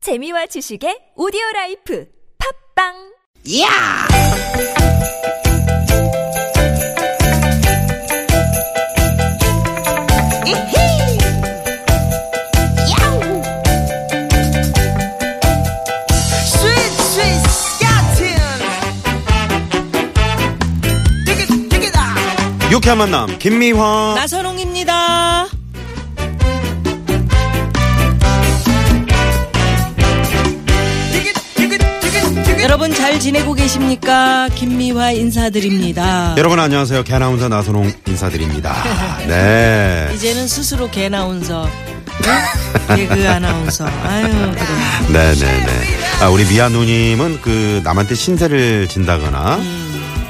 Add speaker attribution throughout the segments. Speaker 1: 재미와 지식의 오디오 라이프 팝빵!
Speaker 2: 야! 이히! 야우! 스윗 스윗 스카틴! 띠기 띠기다!
Speaker 3: 유쾌한 만남 김미화
Speaker 4: 나선홍입니다.
Speaker 2: 띠기 띠기 띠기 띠기
Speaker 4: 여러분 잘 지내고 계십니까? 김미화 인사드립니다.
Speaker 3: 여러분 안녕하세요 개나운서 나선홍 인사드립니다 네네
Speaker 4: 이제는 스스로 개나운서, 네? 개그 아나운서. 아유, 그래.
Speaker 3: 네네네 아, 우리 미아 누님은 그 남한테 신세를 진다거나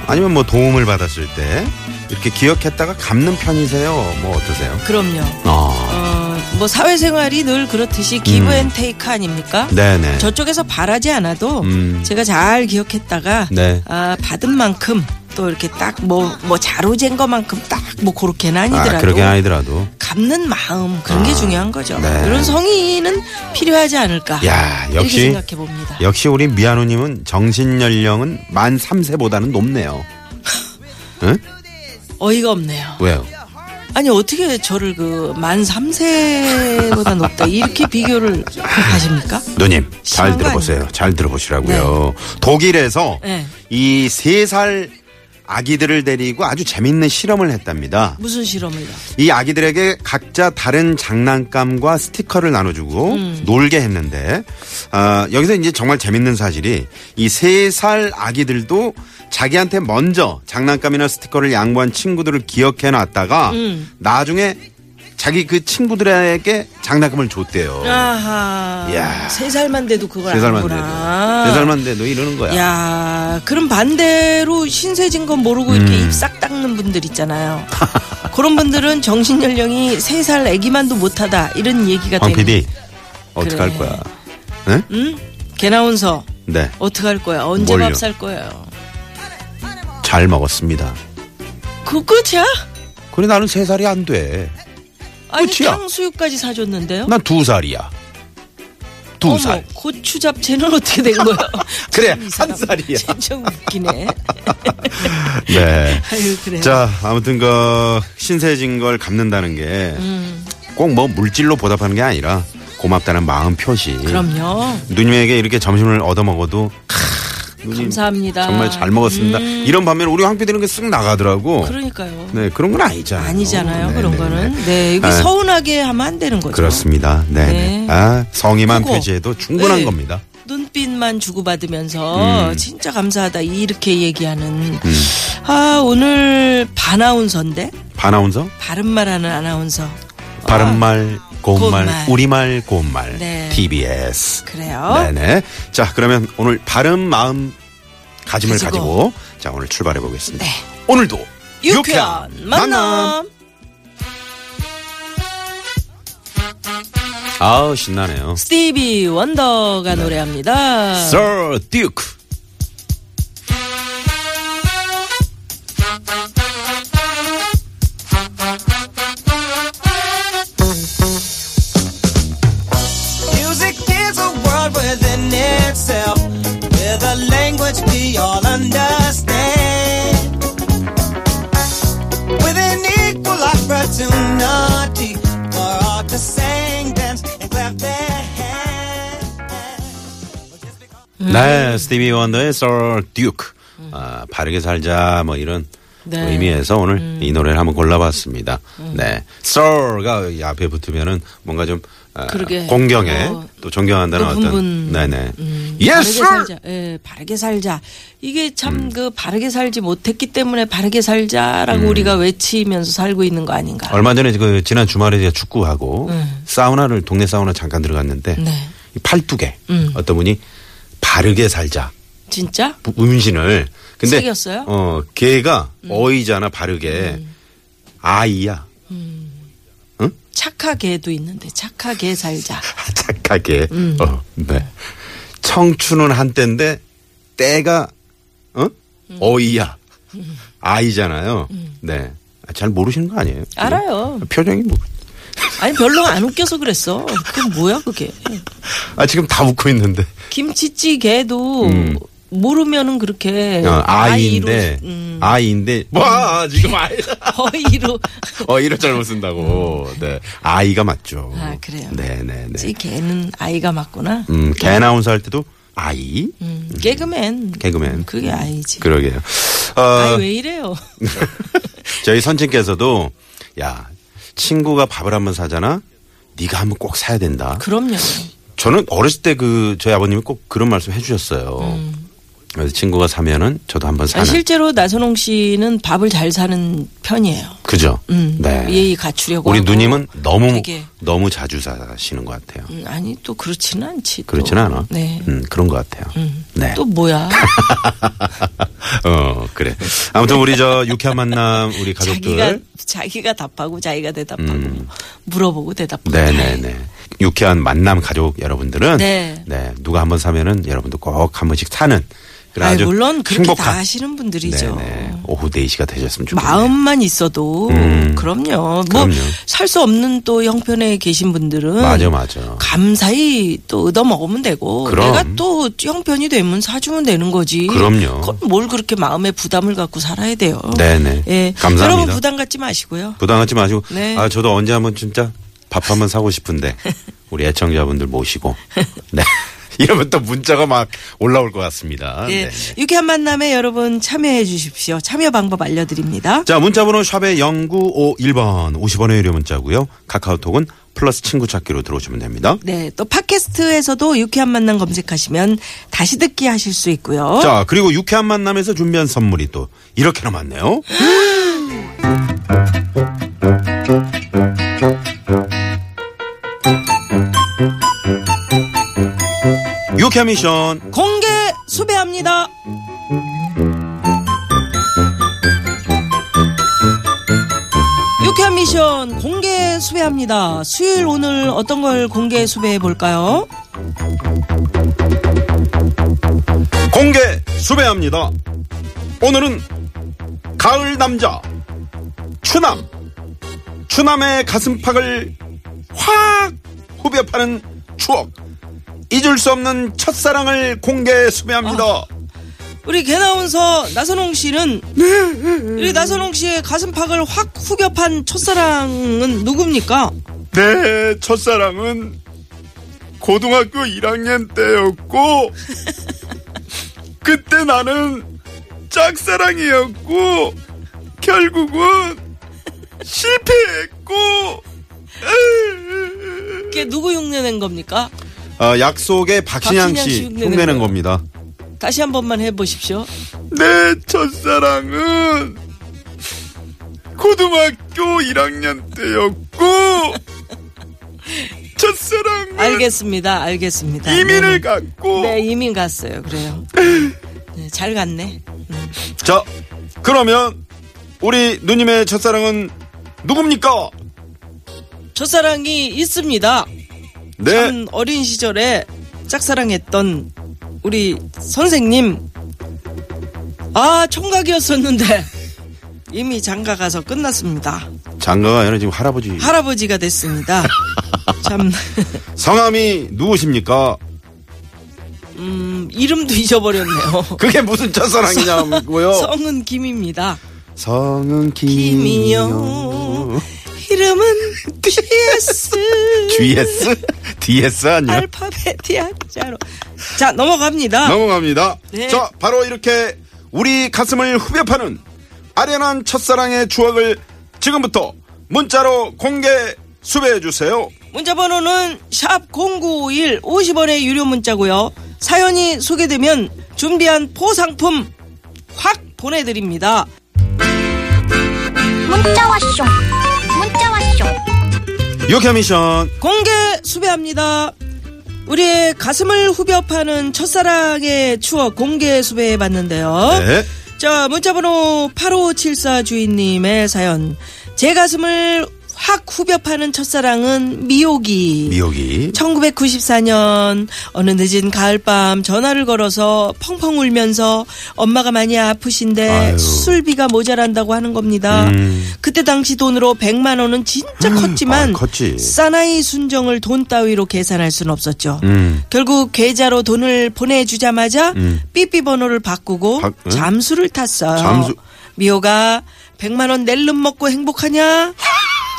Speaker 3: 아니면 뭐 도움을 받았을 때 이렇게 기억했다가 갚는 편이세요 뭐 어떠세요
Speaker 4: 그럼요.
Speaker 3: 어
Speaker 4: 어, 뭐 사회생활이 늘 그렇듯이 기브 앤 테이크 아닙니까?
Speaker 3: 음. 네네
Speaker 4: 저쪽에서 바라지 않아도
Speaker 3: 음.
Speaker 4: 제가 잘 기억했다가
Speaker 3: 네.
Speaker 4: 아, 받은 만큼 또 이렇게 딱 뭐 뭐 잘 오젠 것만큼 딱 뭐 그렇게는 아니더라도
Speaker 3: 아 그렇게 아니더라도
Speaker 4: 갚는 마음 그런 게
Speaker 3: 아,
Speaker 4: 중요한 거죠.
Speaker 3: 네. 예.
Speaker 4: 이런 성의는 필요하지 않을까.
Speaker 3: 야
Speaker 4: 이렇게
Speaker 3: 역시
Speaker 4: 생각해 봅니다.
Speaker 3: 역시 우리 미아 누님은 정신 연령은 만 3세보다는 높네요 응
Speaker 4: 어이가 없네요.
Speaker 3: 왜요
Speaker 4: 아니 어떻게 저를 그 만 3세보다 높다 이렇게 비교를 하십니까?
Speaker 3: 누님 잘
Speaker 4: 심한 거
Speaker 3: 들어보세요. 잘 들어보시라고요. 독일에서
Speaker 4: 네.
Speaker 3: 이 세 살 아기들을 데리고 아주 재밌는 실험을 했답니다.
Speaker 4: 무슨 실험을요?
Speaker 3: 이 아기들에게 각자 다른 장난감과 스티커를 나눠주고 놀게 했는데 아, 여기서 이제 정말 재밌는 사실이 이 세 살 아기들도 자기한테 먼저 장난감이나 스티커를 양보한 친구들을 기억해 놨다가 나중에 자기 그 친구들에게 장난감을 줬대요.
Speaker 4: 아. 아하.
Speaker 3: 이야.
Speaker 4: 세 살만 돼도 그걸
Speaker 3: 세 살만 돼도
Speaker 4: 아는구나.
Speaker 3: 세 살만 돼도 이러는 거야.
Speaker 4: 야, 그럼 반대로 신세진 건 모르고 이렇게
Speaker 3: 음.
Speaker 4: 입 싹 닦는 분들 있잖아요. 그런 분들은 정신 연령이 세 살 아기만도 못하다 이런 얘기가
Speaker 3: 황
Speaker 4: 되는.
Speaker 3: PD 어, 어떻게 할
Speaker 4: 그래.
Speaker 3: 거야? 응?
Speaker 4: 응? 개나운서
Speaker 3: 네,
Speaker 4: 어떻게 할 거야? 언제
Speaker 3: 뭘요?
Speaker 4: 밥 살 거예요?
Speaker 3: 잘 먹었습니다.
Speaker 4: 그 끝이야?
Speaker 3: 그래 나는 세 살이 안 돼.
Speaker 4: 아니
Speaker 3: 끝이야.
Speaker 4: 탕수육까지 사줬는데요.
Speaker 3: 난 두 살이야. 두
Speaker 4: 어머,
Speaker 3: 살.
Speaker 4: 고추 잡채는 어떻게 된 거야?
Speaker 3: 그래,
Speaker 4: 참, 이 사람
Speaker 3: 한 살이야.
Speaker 4: 진짜 웃기네.
Speaker 3: 네.
Speaker 4: 아유 그래.
Speaker 3: 자, 아무튼 그 신세진 걸 갚는다는 게 꼭
Speaker 4: 음.
Speaker 3: 뭐 물질로 보답하는 게 아니라 고맙다는 마음 표시.
Speaker 4: 그럼요.
Speaker 3: 음, 누님에게 이렇게 점심을 얻어 먹어도 누님
Speaker 4: 감사합니다. 음.
Speaker 3: 정말 잘 먹었습니다. 이런 반면에 우리 황 PD는 게 쓱 나가더라고.
Speaker 4: 그러니까요.
Speaker 3: 네, 그런 건 아니잖아요.
Speaker 4: 아니잖아요.
Speaker 3: 네,
Speaker 4: 그런
Speaker 3: 네,
Speaker 4: 거는.
Speaker 3: 네.
Speaker 4: 네, 이게
Speaker 3: 아.
Speaker 4: 서운하게 하면 안 되는 거죠.
Speaker 3: 그렇습니다. 네. 네.
Speaker 4: 네.
Speaker 3: 아, 성의만
Speaker 4: 그거.
Speaker 3: 표시해도 충분한
Speaker 4: 네.
Speaker 3: 겁니다.
Speaker 4: 눈빛만 주고받으면서
Speaker 3: 음.
Speaker 4: 진짜 감사하다 이렇게 얘기하는. 아 오늘 바나운서인데
Speaker 3: 바나운서?
Speaker 4: 바른 말하는 아나운서.
Speaker 3: 바른말, 고운말,
Speaker 4: 아, 고운말.
Speaker 3: 우리말, 고운말.
Speaker 4: 네. 어?
Speaker 3: TBS.
Speaker 4: 그래요.
Speaker 3: 네네. 자, 그러면 오늘 바른 마음 가짐을 가지고,
Speaker 4: 가지고
Speaker 3: 자, 오늘 출발해 보겠습니다.
Speaker 4: 네.
Speaker 3: 오늘도
Speaker 4: 유쾌한 만남.
Speaker 3: 아우, 신나네요.
Speaker 4: 스티비 원더가 노래합니다.
Speaker 3: 네. Sir Duke.
Speaker 2: Music is a world within itself, with a language we all understand. With an equal opportunity for all to sing, dance, and clap their hands.
Speaker 4: 음.
Speaker 3: 네, 스티비 원더의 Sir Duke. 아, 바르게 살자, 뭐 이런.
Speaker 4: 네. 음.
Speaker 3: 의미에서 오늘 이 노래를 한번 골라봤습니다. 네, Sir가 이 앞에 붙으면은 뭔가 좀 아,
Speaker 4: 그러게.
Speaker 3: 공경에
Speaker 4: 어,
Speaker 3: 또 존경한다는
Speaker 4: 높은
Speaker 3: 어떤
Speaker 4: 분. 음.
Speaker 3: 네네
Speaker 4: 바르게
Speaker 3: Yes Sir 음.
Speaker 4: 살자. 예, 바르게 살자. 이게 참 그 바르게 살지 못했기 때문에 바르게 살자라고 우리가 외치면서 살고 있는 거 아닌가.
Speaker 3: 얼마 전에 그 지난 주말에 제가 축구하고 사우나를 동네 사우나 잠깐 들어갔는데
Speaker 4: 네. 음.
Speaker 3: 이 팔뚝에 어떤 분이 바르게 살자
Speaker 4: 진짜?
Speaker 3: 부- 문신을 근데
Speaker 4: 새겼어요? 음.
Speaker 3: 어 걔가 어이잖아 바르게 아이야
Speaker 4: 착하게도 있는데 착하게 살자.
Speaker 3: 착하게
Speaker 4: 음.
Speaker 3: 어, 네 청춘은 한때인데 때가 어
Speaker 4: 음.
Speaker 3: 어이야 아이잖아요 네잘 모르시는 거 아니에요
Speaker 4: 알아요.
Speaker 3: 표정이 뭐
Speaker 4: 아니 별로 안 웃겨서 그랬어. 그건 뭐야 그게?
Speaker 3: 아 지금 다 웃고 있는데.
Speaker 4: 김치찌개도 모르면은 그렇게
Speaker 3: 음. 어, 아이인데
Speaker 4: 아이로, 네. 음,
Speaker 3: 아이인데 와 지금 아이
Speaker 4: 어이로
Speaker 3: 어 이런 잘못 쓴다고. 네 아이가 맞죠.
Speaker 4: 음. 아, 그래요?
Speaker 3: 네네네.
Speaker 4: 개는 아이가 맞구나.
Speaker 3: 음개 아나운서 할 때도 아이
Speaker 4: 음, 개그맨.
Speaker 3: 개그맨.
Speaker 4: 음, 그게 아이지.
Speaker 3: 그러게요. 어,
Speaker 4: 아이 왜 이래요?
Speaker 3: 저희 선친께서도 야 친구가 밥을 한번 사잖아. 네가 한번 꼭 사야 된다.
Speaker 4: 그럼요.
Speaker 3: 저는 어렸을 때 그 저희 아버님이 꼭 그런 말씀 해주셨어요. 그래서 친구가 사면은 저도 한번
Speaker 4: 아니,
Speaker 3: 사는.
Speaker 4: 실제로 나선홍 씨는 밥을 잘 사는 편이에요.
Speaker 3: 그죠.
Speaker 4: 음,
Speaker 3: 네.
Speaker 4: 예의 갖추려고.
Speaker 3: 우리
Speaker 4: 하고.
Speaker 3: 누님은 너무
Speaker 4: 되게.
Speaker 3: 너무 자주 사시는 것 같아요.
Speaker 4: 음, 아니 또 그렇지는 않지. 또.
Speaker 3: 그렇진 않아.
Speaker 4: 네.
Speaker 3: 음, 그런 것 같아요. 네.
Speaker 4: 또 뭐야?
Speaker 3: 어 그래. 아무튼 우리 저 유쾌한 만남 우리
Speaker 4: 자기가
Speaker 3: 가족들.
Speaker 4: 자기가 답하고 자기가 대답하고 물어보고 대답하고.
Speaker 3: 음. 네네네. 유쾌한 만남 가족 여러분들은
Speaker 4: 네.
Speaker 3: 누가 한번 사면은 여러분도 꼭 한 번씩 사는 그런
Speaker 4: 아니,
Speaker 3: 아주
Speaker 4: 물론 그렇게
Speaker 3: 행복한
Speaker 4: 다 하시는 분들이죠.
Speaker 3: 네네. 오후 4시가 되셨으면 좋겠네요.
Speaker 4: 마음만 있어도
Speaker 3: 음.
Speaker 4: 그럼요.
Speaker 3: 그럼요.
Speaker 4: 뭐 살 수 없는 또 형편에 계신 분들은
Speaker 3: 맞아 맞아.
Speaker 4: 감사히 또 얻어 먹으면 되고
Speaker 3: 그럼.
Speaker 4: 내가 또 형편이 되면 사주면 되는 거지.
Speaker 3: 그럼요.
Speaker 4: 그건 뭘 그렇게 마음에 부담을 갖고 살아야 돼요.
Speaker 3: 네네.
Speaker 4: 예.
Speaker 3: 감사합니다.
Speaker 4: 여러분 부담 갖지 마시고요.
Speaker 3: 부담하지 마시고
Speaker 4: 네.
Speaker 3: 아 저도 언제 한번 진짜 밥 한번 사고 싶은데 우리 애청자분들 모시고 네 이러면 또 문자가 막 올라올 것 같습니다.
Speaker 4: 예.
Speaker 3: 네.
Speaker 4: 유쾌한 만남에 여러분 참여해 주십시오. 참여 방법 알려드립니다.
Speaker 3: 자 문자번호 샵의 0951번 50원의 유료 문자고요. 카카오톡은 플러스 친구 찾기로 들어오시면 됩니다.
Speaker 4: 네. 또 팟캐스트에서도 유쾌한 만남 검색하시면 다시 듣기 하실 수 있고요.
Speaker 3: 자 그리고 유쾌한 만남에서 준비한 선물이 또 이렇게나 많네요. 유쾌 미션
Speaker 4: 공개 수배합니다. 유쾌한 미션 공개 수배합니다. 수요일 오늘 어떤 걸 공개 수배해 볼까요?
Speaker 3: 공개 수배합니다. 오늘은 가을 남자 추남 추남의 가슴팍을 확 후벼 파는 추억 잊을 수 없는 첫사랑을 공개 수배합니다.
Speaker 4: 우리 개나운서 나선홍 씨는 우리 나선홍 씨의 가슴팍을 확 후벼판 첫사랑은 누굽니까?
Speaker 3: 내 첫사랑은 고등학교 1학년 때였고 그때 나는 짝사랑이었고 결국은 실패했고
Speaker 4: 그게 누구 흉내낸 겁니까?
Speaker 3: 아, 약속의 박신양
Speaker 4: 박신양 씨
Speaker 3: 씨
Speaker 4: 흉내내는
Speaker 3: 흉내낸
Speaker 4: 거예요.
Speaker 3: 겁니다.
Speaker 4: 다시 한 번만 해보십시오.
Speaker 5: 내 첫사랑은 고등학교 1학년 때였고 첫사랑은
Speaker 4: 알겠습니다. 알겠습니다.
Speaker 5: 이민을
Speaker 4: 네네.
Speaker 5: 갖고
Speaker 4: 네, 이민 갔어요. 그래요. 네, 잘 갔네.
Speaker 3: 자 그러면 우리 누님의 첫사랑은 누굽니까?
Speaker 4: 첫사랑이 있습니다.
Speaker 3: 네
Speaker 4: 전 어린 시절에 짝사랑했던 우리 선생님. 아, 총각이었었는데 이미 장가 가서 끝났습니다.
Speaker 3: 장가가 아니라 지금 할아버지
Speaker 4: 할아버지가 됐습니다. 참
Speaker 3: 성함이 누구십니까?
Speaker 4: 음, 이름도 잊어버렸네요.
Speaker 3: 그게 무슨 첫사랑이냐고요?
Speaker 4: 성은 김입니다.
Speaker 3: 성은
Speaker 4: 김이요. 이름은 PS.
Speaker 3: GS? DS 아니야?
Speaker 4: 알파벳이 약자로. 자, 넘어갑니다.
Speaker 3: 넘어갑니다.
Speaker 4: 네.
Speaker 3: 자, 바로 이렇게 우리 가슴을 후벼 파는 아련한 첫사랑의 추억을 지금부터 문자로 공개 수배해 주세요.
Speaker 4: 문자 번호는 샵 0951 50원의 유료 문자고요. 사연이 소개되면 준비한 포상품 확 보내드립니다.
Speaker 6: 문자 왔쇼 문자 왔쇼
Speaker 3: 유쾌 미션.
Speaker 4: 공개 수배합니다. 우리의 가슴을 후벼 파는 첫사랑의 추억 공개 수배해봤는데요.
Speaker 3: 네.
Speaker 4: 자, 문자번호 8574 주인님의 사연. 제 가슴을 확 후벼 파는 첫사랑은 미옥이.
Speaker 3: 미역이.
Speaker 4: 1994년 어느 늦은 가을밤 전화를 걸어서 펑펑 울면서 엄마가 많이 아프신데
Speaker 3: 아유. 음.
Speaker 4: 수술비가 모자란다고 하는 겁니다. 그때 당시 돈으로 100만 원은 진짜 컸지만
Speaker 3: 아, 컸지.
Speaker 4: 사나이 순정을 돈 따위로 계산할 수는 없었죠.
Speaker 3: 음.
Speaker 4: 결국 계좌로 돈을 보내주자마자 삐삐 번호를 바꾸고
Speaker 3: 바- 응?
Speaker 4: 잠수를 탔어요.
Speaker 3: 잠수-
Speaker 4: 미호가 100만 원 낼름 먹고 행복하냐?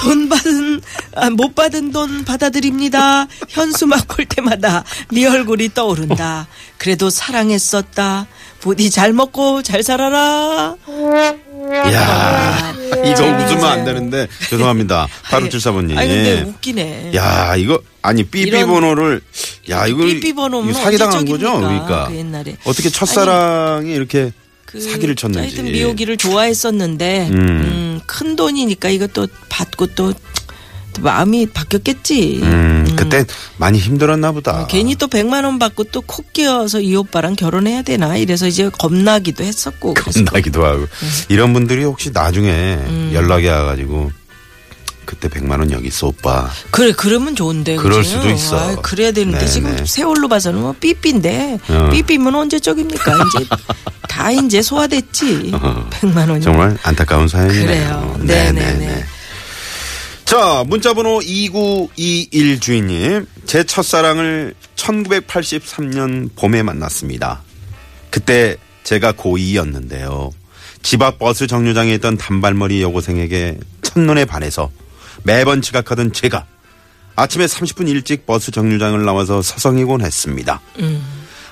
Speaker 4: 돈 받은 아, 못 받은 돈 받아들입니다. 현수막 볼 때마다 네 얼굴이 떠오른다. 그래도 사랑했었다. 부디 잘 먹고 잘 살아라.
Speaker 3: 야 이거 웃으면 안 되는데 죄송합니다.
Speaker 4: 아, 네. 아니,
Speaker 3: 8574번님.
Speaker 4: 아니 근데 웃기네.
Speaker 3: 야 이거 아니 삐삐
Speaker 4: 이런-
Speaker 3: 번호를 야 이거
Speaker 4: 삐삐 번호면
Speaker 3: 이거 사기당한
Speaker 4: 언제적입니까?
Speaker 3: 거죠 그러니까
Speaker 4: 그 옛날에.
Speaker 3: 어떻게 첫사랑이 이렇게
Speaker 4: 그
Speaker 3: 사기를 쳤는지
Speaker 4: 하여튼 미호기를 좋아했었는데
Speaker 3: 음.
Speaker 4: 음. 큰 돈이니까 이것도 받고 또, 또 마음이 바뀌었겠지.
Speaker 3: 음, 그때 많이 힘들었나 보다
Speaker 4: 아. 어, 괜히 또 100만 원 받고 또 콕 끼어서 이 오빠랑 결혼해야 되나 이래서 이제 겁나기도 했었고 그래서
Speaker 3: 나기도 하고
Speaker 4: 음.
Speaker 3: 이런 분들이 혹시 나중에 연락이 와가지고 그때 100만 원 여기 있어 오빠
Speaker 4: 그래 그러면 좋은데
Speaker 3: 그럴
Speaker 4: 그지?
Speaker 3: 수도 있어.
Speaker 4: 아이, 그래야 되는데
Speaker 3: 네,
Speaker 4: 지금
Speaker 3: 네.
Speaker 4: 세월로 봐서는 뭐 삐삐인데
Speaker 3: 어.
Speaker 4: 삐삐면 언제적입니까 이제 다 이제 소화됐지
Speaker 3: 어.
Speaker 4: 100만 원이
Speaker 3: 정말 안타까운 사연이네요
Speaker 4: 그래요. 네네네.
Speaker 3: 자, 문자번호 2921 주인님. 제 첫사랑을 1983년 봄에 만났습니다. 그때 제가 고2였는데요. 집 앞 버스 정류장에 있던 단발머리 여고생에게 첫눈에 반해서 매번 지각하던 제가 아침에 30분 일찍 버스 정류장을 나와서 서성이곤 했습니다.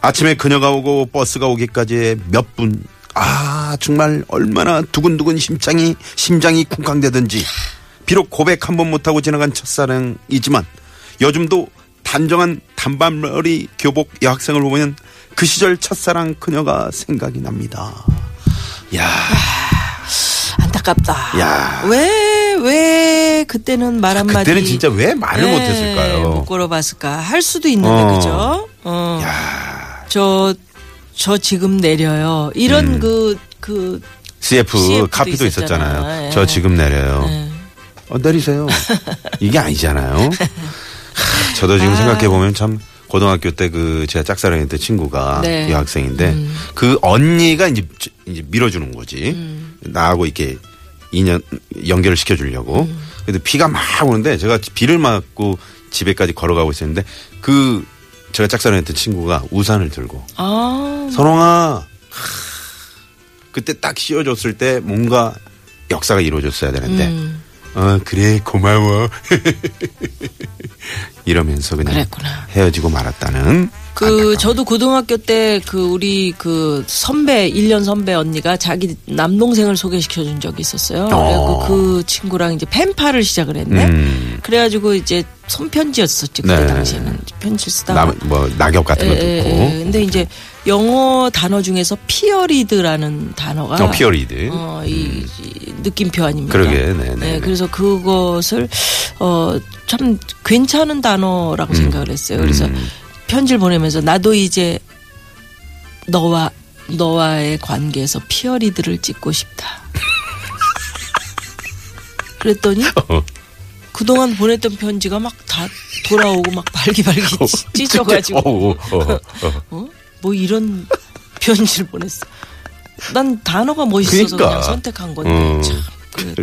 Speaker 3: 아침에 그녀가 오고 버스가 오기까지 몇 분, 아, 정말 얼마나 두근두근 심장이, 심장이 쿵쾅대든지. 비록 고백 한 번 못하고 지나간 첫사랑이지만 요즘도 단정한 단발머리 교복 여학생을 보면 그 시절 첫사랑 그녀가 생각이 납니다. 야
Speaker 4: 안타깝다.
Speaker 3: 야.
Speaker 4: 왜, 왜 그때는 말 한마디.
Speaker 3: 그때는 진짜 왜 말을
Speaker 4: 네,
Speaker 3: 못했을까요?
Speaker 4: 못 걸어봤을까? 할 수도 있는데,
Speaker 3: 어.
Speaker 4: 그죠? 어. 저, 저 지금 내려요.
Speaker 3: 음.
Speaker 4: 이런 그, 그,
Speaker 3: CF,
Speaker 4: CF 도
Speaker 3: 카피도
Speaker 4: 있었잖아요.
Speaker 3: 있었잖아요.
Speaker 4: 예.
Speaker 3: 저 지금 내려요.
Speaker 4: 예.
Speaker 3: 어, 내리세요. 이게 아니잖아요. 하, 저도 지금 생각해 보면 참 고등학교 때 그 제가 짝사랑했던 친구가
Speaker 4: 네.
Speaker 3: 여학생인데 그 언니가 이제 저- 이제 밀어주는 거지. 나하고 이렇게 인연 연결을 시켜 주려고. 근데 비가 막 오는데 제가 비를 맞고 집에까지 걸어가고 있었는데 그 제가 짝사랑했던 친구가 우산을 들고
Speaker 4: 아,
Speaker 3: 선홍아 하, 그때 딱 씌워줬을 때 뭔가 역사가 이루어졌어야 되는데
Speaker 4: 음.
Speaker 3: 어 그래 고마워 이러면서 그냥
Speaker 4: 그랬구나.
Speaker 3: 헤어지고 말았다는
Speaker 4: 그, 저도 고등학교 때 그, 우리 그 선배, 1년 선배 언니가 자기 남동생을 소개시켜 준 적이 있었어요.
Speaker 3: 어.
Speaker 4: 그래갖고 그 친구랑 이제 펜파를 시작을 했네.
Speaker 3: 음,
Speaker 4: 그래가지고 이제 손편지였었지, 그때
Speaker 3: 네.
Speaker 4: 당시에는. 편지를 쓰다가.
Speaker 3: 남, 뭐 낙엽 같은 거
Speaker 4: 예, 예, 예.
Speaker 3: 듣고
Speaker 4: 근데 이제 영어 단어 중에서 피어리드라는 단어가
Speaker 3: 어, 피어리드
Speaker 4: 어, 이, 이 느낌표 아닙니까?
Speaker 3: 그러게, 네, 네,
Speaker 4: 예,
Speaker 3: 네.
Speaker 4: 그래서 그것을 어 참 괜찮은 단어라고 생각을 했어요. 그래서
Speaker 3: 음.
Speaker 4: 편지를 보내면서 나도 이제 너와 너와의 관계에서 피어리드를 찍고 싶다. 그랬더니 그동안 보냈던 편지가 막 다 돌아오고 막 발기발기 찢어가지고
Speaker 3: 어우, 어, 어.
Speaker 4: 어? 뭐 이런 편지를 보냈어. 난 단어가 멋있어서 그
Speaker 3: 그러니까.
Speaker 4: 냥 선택한 건데
Speaker 3: 음.
Speaker 4: 참 그,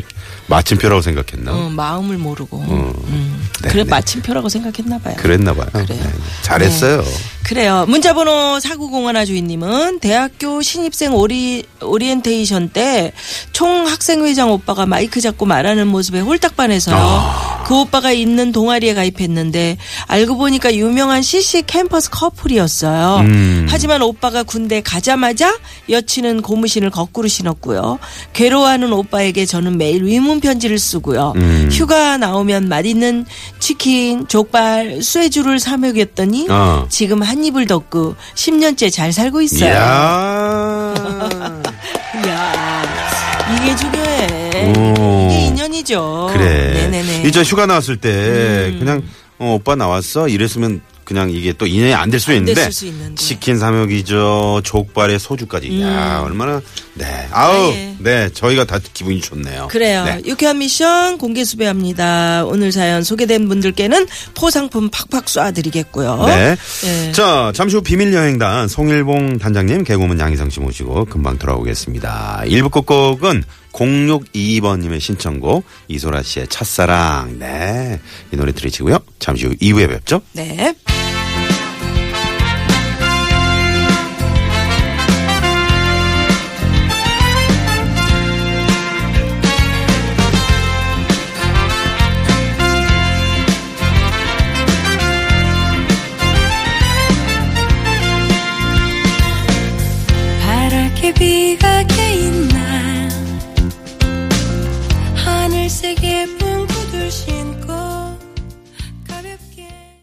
Speaker 3: 마침표라고 생각했나
Speaker 4: 어, 마음을 모르고 음.
Speaker 3: 네,
Speaker 4: 그래
Speaker 3: 네. 그러니까.
Speaker 4: 마침표라고 생각했나 봐요.
Speaker 3: 그랬나 봐요
Speaker 4: 그래요.
Speaker 3: 네, 잘했어요
Speaker 4: 그래요. 문자번호 4901 주인님은 대학교 신입생 오리, 오리엔테이션 때 총 학생회장 오빠가 마이크 잡고 말하는 모습에 홀딱 반해서요. 그 오빠가 있는 동아리에 가입했는데 알고 보니까 유명한 CC 캠퍼스 커플이었어요. 하지만 오빠가 군대 가자마자 여친은 고무신을 거꾸로 신었고요. 괴로워하는 오빠에게 저는 매일 위문 편지를 쓰고요. 휴가 나오면 맛있는 치킨, 족발, 쇠주를 사 먹였더니
Speaker 3: 어.
Speaker 4: 지금 한 입을 덮고 10년째 잘 살고 있어요.
Speaker 3: 이야
Speaker 4: 이야. 이게 중요해.
Speaker 3: 오.
Speaker 4: 이게 인연이죠.
Speaker 3: 그래.
Speaker 4: 네네네. 음.
Speaker 3: 어, 이제 휴가 나왔을 때 그냥 어, 오빠 나왔어 이랬으면 그냥 이게 또 인연이 안 될 수 있는데
Speaker 4: 됐을 수 있는데.
Speaker 3: 치킨 삼육이죠 조발에 소주까지 야 얼마나 네 아우
Speaker 4: 음. 아예.
Speaker 3: 네 저희가 다 기분이 좋네요
Speaker 4: 그래요.
Speaker 3: 네.
Speaker 4: 유쾌한 미션 공개 수배합니다. 오늘 사연 소개된 분들께는 포상품 팍팍 쏴드리겠고요.
Speaker 3: 네.
Speaker 4: 네.
Speaker 3: 자, 잠시 후 비밀여행단 송일봉 단장님, 개그우먼 양희성 씨 모시고 금방 돌아오겠습니다. 1부 끝곡은 0622번님의 신청곡 이소라 씨의 첫사랑. 네. 이 노래 들으시고요. 잠시 후 2부에 뵙죠.
Speaker 4: 네.
Speaker 7: 파랗게 비가 개인 날 하늘색의